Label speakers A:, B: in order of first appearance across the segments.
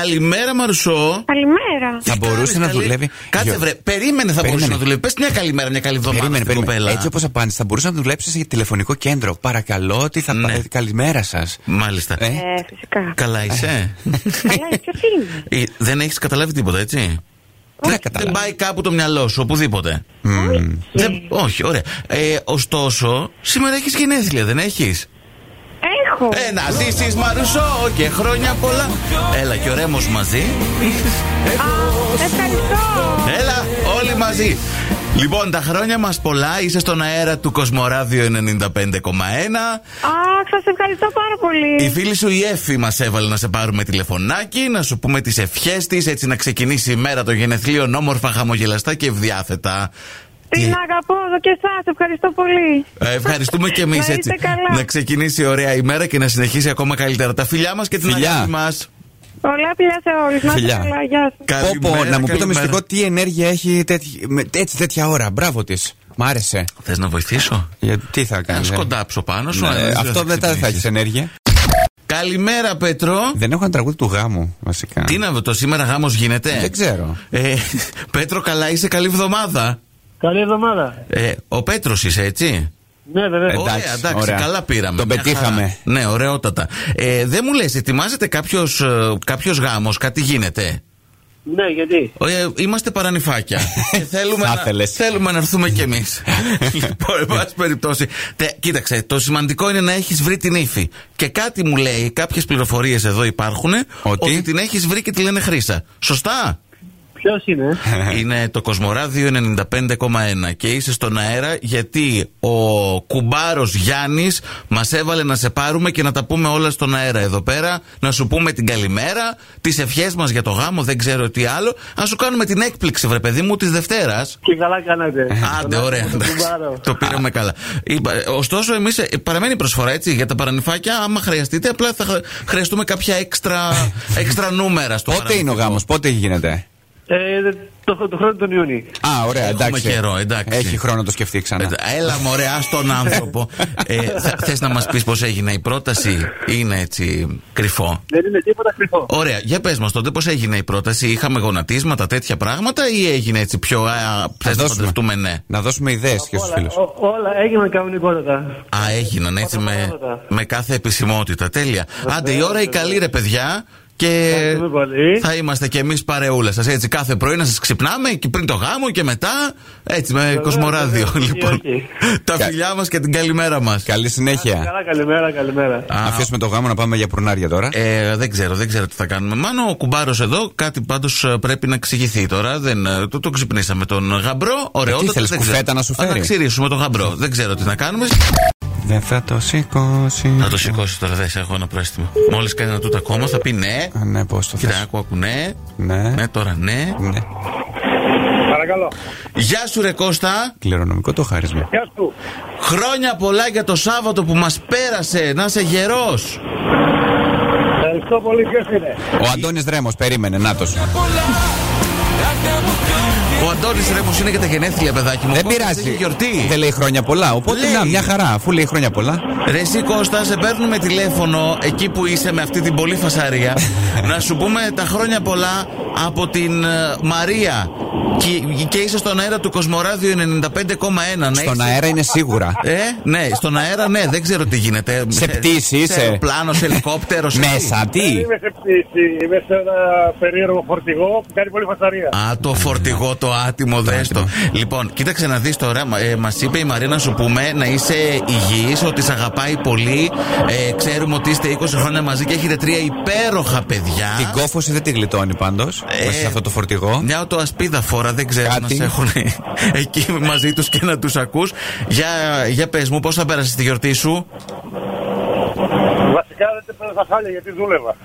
A: Καλημέρα, Μαρσό.
B: Καλημέρα.
A: Τι
C: Θα μπορούσε
A: κάνεις,
C: να
A: καλέ?
C: δουλεύει.
A: Κάτσε
C: Γιο-
A: βρε. Περίμενε, θα μπορούσε
C: Περίμενε.
A: να δουλεύει. Πες μια καλή μέρα, μια καλή εβδομάδα.
C: Περίμενε,
A: στην
C: περίμενε.
A: κοπέλα.
C: Έτσι όπως απάντησε, θα μπορούσε να δουλέψεις σε τηλεφωνικό κέντρο. Παρακαλώ, τι θα
A: Ναι.
C: πάρετε. Καλημέρα σας.
A: Μάλιστα.
C: Ε.
B: Ε, φυσικά.
A: Καλά είσαι.
B: Καλά, έτσι αυτή είμαι.
A: Ε, Δεν έχεις καταλάβει τίποτα, έτσι.
C: Δεν θα
A: Δεν
C: καταλάβει.
A: πάει κάπου το μυαλό σου, οπουδήποτε.
C: Μμμ.
A: Δεν- όχι, ωραία. Ε, ωστόσο, σήμερα έχεις γενέθλια, δεν έχεις.
B: Έχω.
A: Ε, να ζήσει Μαρουσό και χρόνια πολλά. Έλα και ο Ρέμος μαζί.
C: ναι.
B: Ευχαριστώ.
A: Έλα, όλοι μαζί. Λοιπόν, τα χρόνια μας πολλά. Είσαι στον αέρα του Κοσμοράδιο 95,1.
B: Αχ, σας ευχαριστώ πάρα
A: Ε, Η
B: πολύ.
C: Ε,
A: φίλη σου η Εφη μας έβαλε να σε πάρουμε τηλεφωνάκι, να σου πούμε τις ευχές της, έτσι να ξεκινήσει η μέρα των γενεθλίων όμορφα, χαμογελαστά και ευδιάθετα.
B: Την
C: ε.
B: αγαπώ εδώ και εσάς. Ευχαριστώ πολύ.
A: Ε, Ευχαριστούμε και εμείς
B: Να είστε
A: έτσι.
B: καλά.
A: Να ξεκινήσει ωραία η μέρα και να συνεχίσει ακόμα καλύτερα. Τα φιλιά μας και την
C: Φιλιά.
A: αγάπη μας.
B: Πολλά φιλιά σε όλους. Να είστε
C: Φιλιά.
B: καλά. Γεια σας.
C: Πω, πω, να μου πει το μυστικό τι ενέργεια έχει τέτοι- με- έτσι τέτοια ώρα. Μπράβο της. Μ' άρεσε. Ε,
A: Θες να βοηθήσω.
C: Για- τι θα
A: Να
C: κάνει.
A: σκοντάψω πάνω σου. να δεις,
C: ναι. αυτό μετά δεν θα Ναι.
A: ξυπνήσεις.
C: έχεις ενέργεια.
A: Καλημέρα, Πέτρο.
C: Δεν έχω ένα τραγούδι του γάμου, βασικά. Ε,
A: Τι να το σήμερα γάμος γίνεται.
C: Δεν ξέρω.
A: Ε, Πέτρο, καλά είσαι, καλή εβδομάδα.
D: Καλή εβδομάδα.
A: Ε, ο Πέτρος είσαι, έτσι.
D: Ναι, βέβαια.
C: Ε, εντάξει,
A: ωραία, εντάξει,
C: ωραία.
A: καλά πήραμε.
C: Τον
A: Μια χαρά.
C: πετύχαμε.
A: Ναι, ωραιότατα. Ε, δεν μου λες, ετοιμάζεται κάποιος κάποιος γάμος, κάτι γίνεται.
D: Ναι, γιατί.
A: Ε, είμαστε παρανυφάκια. και θέλουμε,
C: Θα
A: να,
C: ήθελες.
A: θέλουμε να έρθουμε κι εμείς. λοιπόν, εν πάση περιπτώσει. τε- κοίταξε, το σημαντικό είναι να έχεις βρει την ύφη. Και κάτι μου λέει, κάποιες πληροφορίες εδώ υπάρχουν,
C: Ότι?
A: την έχεις βρει και τη λένε Χρήσα. Σωστά.
D: Ποιος είναι.
A: είναι το Κοσμοράδιο 95,1 και είσαι στον αέρα γιατί ο κουμπάρος Γιάννης μας έβαλε να σε πάρουμε και να τα πούμε όλα στον αέρα εδώ πέρα, να σου πούμε την καλημέρα, τις ευχές μας για το γάμο, δεν ξέρω τι άλλο, να σου κάνουμε την έκπληξη βρε παιδί μου της Δευτέρας.
D: Και καλά κάνατε.
A: Άντε,
D: Ε, Τον
A: ωραία.
D: άνθρωπο
A: εντάξει.
D: τον κουμπάρο.
A: Το πήραμε καλά. Είπα, ε, Ωστόσο, εμείς παραμένει η προσφορά έτσι για τα παρανυφάκια. Άμα χρειαστείτε, απλά θα χρ- χρειαστούμε κάποια έξτρα, έξτρα νούμερα στο
C: Πότε είναι ο γάμος, πότε γίνεται.
D: Ε, το, το χρόνο τον Ιούνιο.
C: Α, ωραία,
A: Έχουμε
C: εντάξει.
A: καιρό, εντάξει.
C: Έχει χρόνο να το σκεφτεί
A: Ε,
C: ξανά.
A: Έλα μωρέ, ας τον άνθρωπο. ε, θα- θες να μας πεις πώς έγινε η πρόταση, είναι έτσι κρυφό.
D: Δεν είναι τίποτα κρυφό.
A: Ωραία, για πες μας τότε πώς έγινε η πρόταση, είχαμε γονατίσματα, τέτοια πράγματα ή έγινε έτσι πιο α, θες να
C: δώσουμε.
A: παντρευτούμε ναι.
C: Να δώσουμε ιδέες και στους
D: Όλα, ε,
C: φίλους.
D: ό- όλα έγιναν κανονικότατα.
A: Α, έγιναν έτσι με,
D: Πράγματα.
A: με κάθε επισημότητα, τέλεια. Άντε η ώρα η καλή ρε παιδιά και
D: ναι. Ευχαριστούμε πολύ.
A: Ε, θα είμαστε και εμείς παρεούλα σας έτσι κάθε πρωί να σας ξυπνάμε και πριν το γάμο και μετά έτσι με κοσμοράδιο
D: βεβαίως,
A: λοιπόν.
D: όχι.
A: Τα
C: Κα-
A: φιλιά μας και την καλημέρα μας.
C: Καλή συνέχεια.
D: Καλά, καλημέρα, καλημέρα.
A: Α,
C: Αφήσουμε το γάμο να πάμε για προυνάρια τώρα.
A: Ε, δεν ξέρω, δεν ξέρω τι θα κάνουμε. Μάνο, ο κουμπάρος εδώ, κάτι πάντως πρέπει να εξηγηθεί τώρα. Δεν, ε, το, το ξυπνήσαμε τον γαμπρό. Ωραίο,
C: ήθελες, κουφέτα να σου φέρει?
A: Να ξηρίσουμε τον γαμπρό. Δεν ξέρω τι να κάνουμε.
C: Δεν θα το σηκώσει.
A: Να το σηκώσει τώρα, δεν σε έχω ένα πρόστιμο. Μόλις κάνει ένα τούτα ακόμα θα πει ναι.
C: Α, Ναι, πώς το
A: Κοίτα,
C: θες.
A: άκου, άκου, ναι.
C: Ναι.
A: Ναι, τώρα ναι.
C: Ναι.
D: Παρακαλώ.
A: Γεια σου, ρε Κώστα.
C: Κληρονομικό το χάρισμα.
D: Γεια σου.
A: Χρόνια πολλά για το Σάββατο που μας πέρασε. Να είσαι γερός.
D: Ευχαριστώ πολύ. Ποιος είναι.
C: Ο Αντώνης Ρέμο, περίμενε, να το.
A: Ο Αντώνης Ρέμος είναι και τα γενέθλια, παιδάκι μου.
C: Δεν
A: Οπότε
C: πειράζει.
A: έχει γιορτή.
C: Δεν λέει χρόνια πολλά. Οπότε
A: Λέει.
C: να, μια χαρά. Αφού λέει χρόνια πολλά.
A: Ρε εσύ Κώστα, σε παίρνουμε τηλέφωνο εκεί που είσαι με αυτή την πολύ φασαρία να σου πούμε τα χρόνια πολλά από την ε, Μαρία και, και είσαι στον αέρα του Κοσμοράδιου 95,1 να
C: Στον
A: είσαι-
C: αέρα είναι σίγουρα.
A: ναι, Ε, ναι, στον αέρα ναι, δεν ξέρω τι γίνεται
C: Σε πτήση
A: σε
C: είσαι.
A: αεροπλάνο, σε ελικόπτερο σε
C: Μέσα, τι.
E: Είμαι σε πτήση, είμαι σε ένα περίεργο φορτηγό που κάνει πολύ φασαρία.
A: τι. Α, το φορτηγό, το άτιμο, δες το. Λοιπόν, κοίταξε να δεις τώρα. μα- Ε, Μας είπε η Μαρία να σου πούμε να είσαι υγιής, ότι σε αγαπάει πολύ. Ε, ξέρουμε ότι είστε 20 χρόνια μαζί και έχετε τρία υπέροχα παιδιά.
C: Την κόφωση δεν τη γλιτώνει πάντως.
A: Ε,
C: Μέσα σε αυτό το φορτηγό.
A: Μια οτοασπίδα φορά, δεν ξέρω
C: Κάτι.
A: να σε έχουν εκεί μαζί τους και να τους ακούς. Για, για πες μου, πώς θα πέρασες τη γιορτή σου.
E: Βασικά δεν την πέρασα χάλια γιατί δούλευα.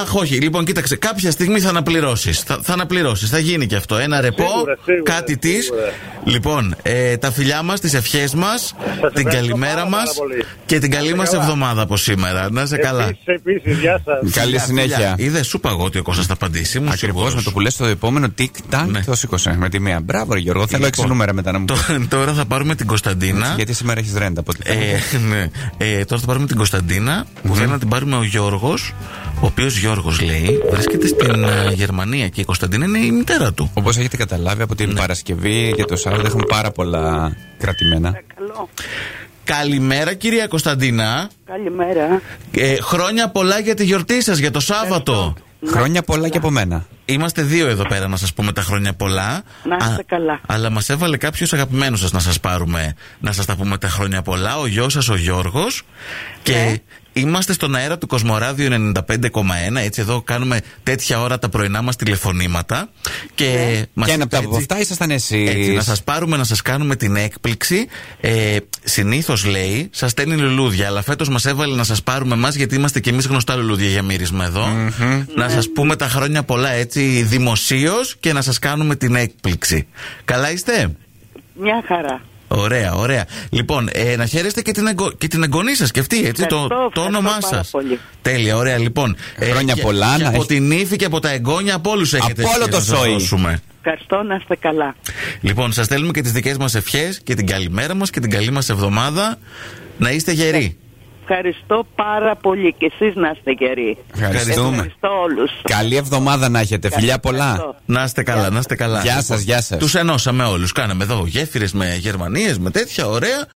A: Αχ, όχι. Λοιπόν, κοίταξε, κάποια στιγμή θα αναπληρώσεις. Θα, θα αναπληρώσεις, θα γίνει και αυτό. Ένα ρεπό,
E: Σίγουρα, σίγουρα,
A: κάτι της.
E: σίγουρα.
A: Λοιπόν, ε, τα φιλιά μας, τις ευχές μας, την
E: ευχαριστώ
A: καλημέρα
E: πάρα,
A: μας
E: πάρα πολύ.
A: και την καλή μα
E: καλά.
A: εβδομάδα από σήμερα. Να είσαι καλά.
E: Επίσης, επίσης, γεια σας.
C: Καλή συνέχεια.
A: Είδε σου είπα εγώ ότι ο Κώστας θα απαντήσει. μου
C: Ακριβώς
A: σίγουρος.
C: με το που λες το επόμενο τικ-τακ
A: Ναι.
C: το σήκωσε με τη μία. Μπράβο, ρε Γιώργο. Θέλω έξι
A: Λοιπόν,
C: νούμερα μετά να μου πει.
A: τω- Τώρα θα πάρουμε την Κωνσταντίνα.
C: Γιατί σήμερα έχεις ρέντα από ό,τι
A: Ε, ναι. Ε, τώρα θα πάρουμε την Κωνσταντινα που θέλει να την πάρουμε ο Γιώργος. ο οποίος Γιώργος λέει βρίσκεται στην ε, Γερμανία και η Κωνσταντίνα είναι η μητέρα του.
C: Όπως έχετε καταλάβει από
A: Ναι.
C: την Παρασκευή και το Σάββατο έχουμε πάρα πολλά κρατημένα.
F: Καλό.
A: Καλημέρα, κυρία Κωνσταντίνα.
F: Καλημέρα.
A: Ε, χρόνια πολλά για τη γιορτή σας, για το Σάββατο.
C: Χρόνια πολλά και από μένα.
A: Είμαστε δύο εδώ πέρα να σας πούμε τα χρόνια πολλά.
F: Να είστε καλά.
A: Αλλά μας έβαλε κάποιος αγαπημένος σας να σας πάρουμε να σας τα πούμε τα χρόνια πολλά. Ο γιος σας, ο Γιώργος. Και
F: Ναι.
A: είμαστε στον αέρα του Κοσμοράδιου 95,1. Έτσι, εδώ κάνουμε τέτοια ώρα τα πρωινά μας τηλεφωνήματα. Και
F: Ναι.
A: μας
C: και ένα από τα
A: είπε
C: από
A: έτσι-
C: αυτά ήσασταν εσείς.
A: έτσι, να σας πάρουμε να σας κάνουμε την έκπληξη. Ε, Συνήθως λέει, σας στέλνει λουλούδια, αλλά φέτος μας έβαλε να σας πάρουμε εμάς, γιατί είμαστε κι εμείς γνωστά λουλούδια για μύρισμα εδώ. Να
F: Ναι.
A: σας πούμε τα χρόνια πολλά έτσι δημοσίως και να σας κάνουμε την έκπληξη. Καλά είστε.
F: Μια χαρά.
A: Ωραία, ωραία. Λοιπόν, ε, να χαίρεστε και την, εγγο... και την εγγονή σας και αυτή, έτσι, το,
F: Ευχαριστώ,
A: το
F: ευχαριστώ
A: όνομά
F: πάρα
A: σας.
F: πολύ.
A: Τέλεια, ωραία, λοιπόν.
C: Χρόνια
A: και-
C: πολλά,
A: και
C: να
A: από
C: έχει-
A: την ύφη και από τα εγγόνια, από όλους έχετε
C: όλο
A: εσείς
C: το
A: να σας
C: σόι.
A: δώσουμε.
F: Ευχαριστώ να είστε καλά.
A: Λοιπόν, σας στέλνουμε και τις δικές μας ευχές και την καλημέρα μας και την καλή μας εβδομάδα. Να είστε γεροί.
F: Ευχαριστώ πάρα πολύ και εσείς να είστε γεροί.
C: Ευχαριστούμε.
F: Ευχαριστώ όλους.
C: Καλή εβδομάδα να έχετε. Φιλιά πολλά.
F: Ευχαριστώ.
A: Να είστε καλά, να είστε καλά.
C: Γεια Ναι. σας, γεια σας.
A: Τους ενώσαμε όλους. Κάναμε εδώ γέφυρες με Γερμανίες, με τέτοια ωραία.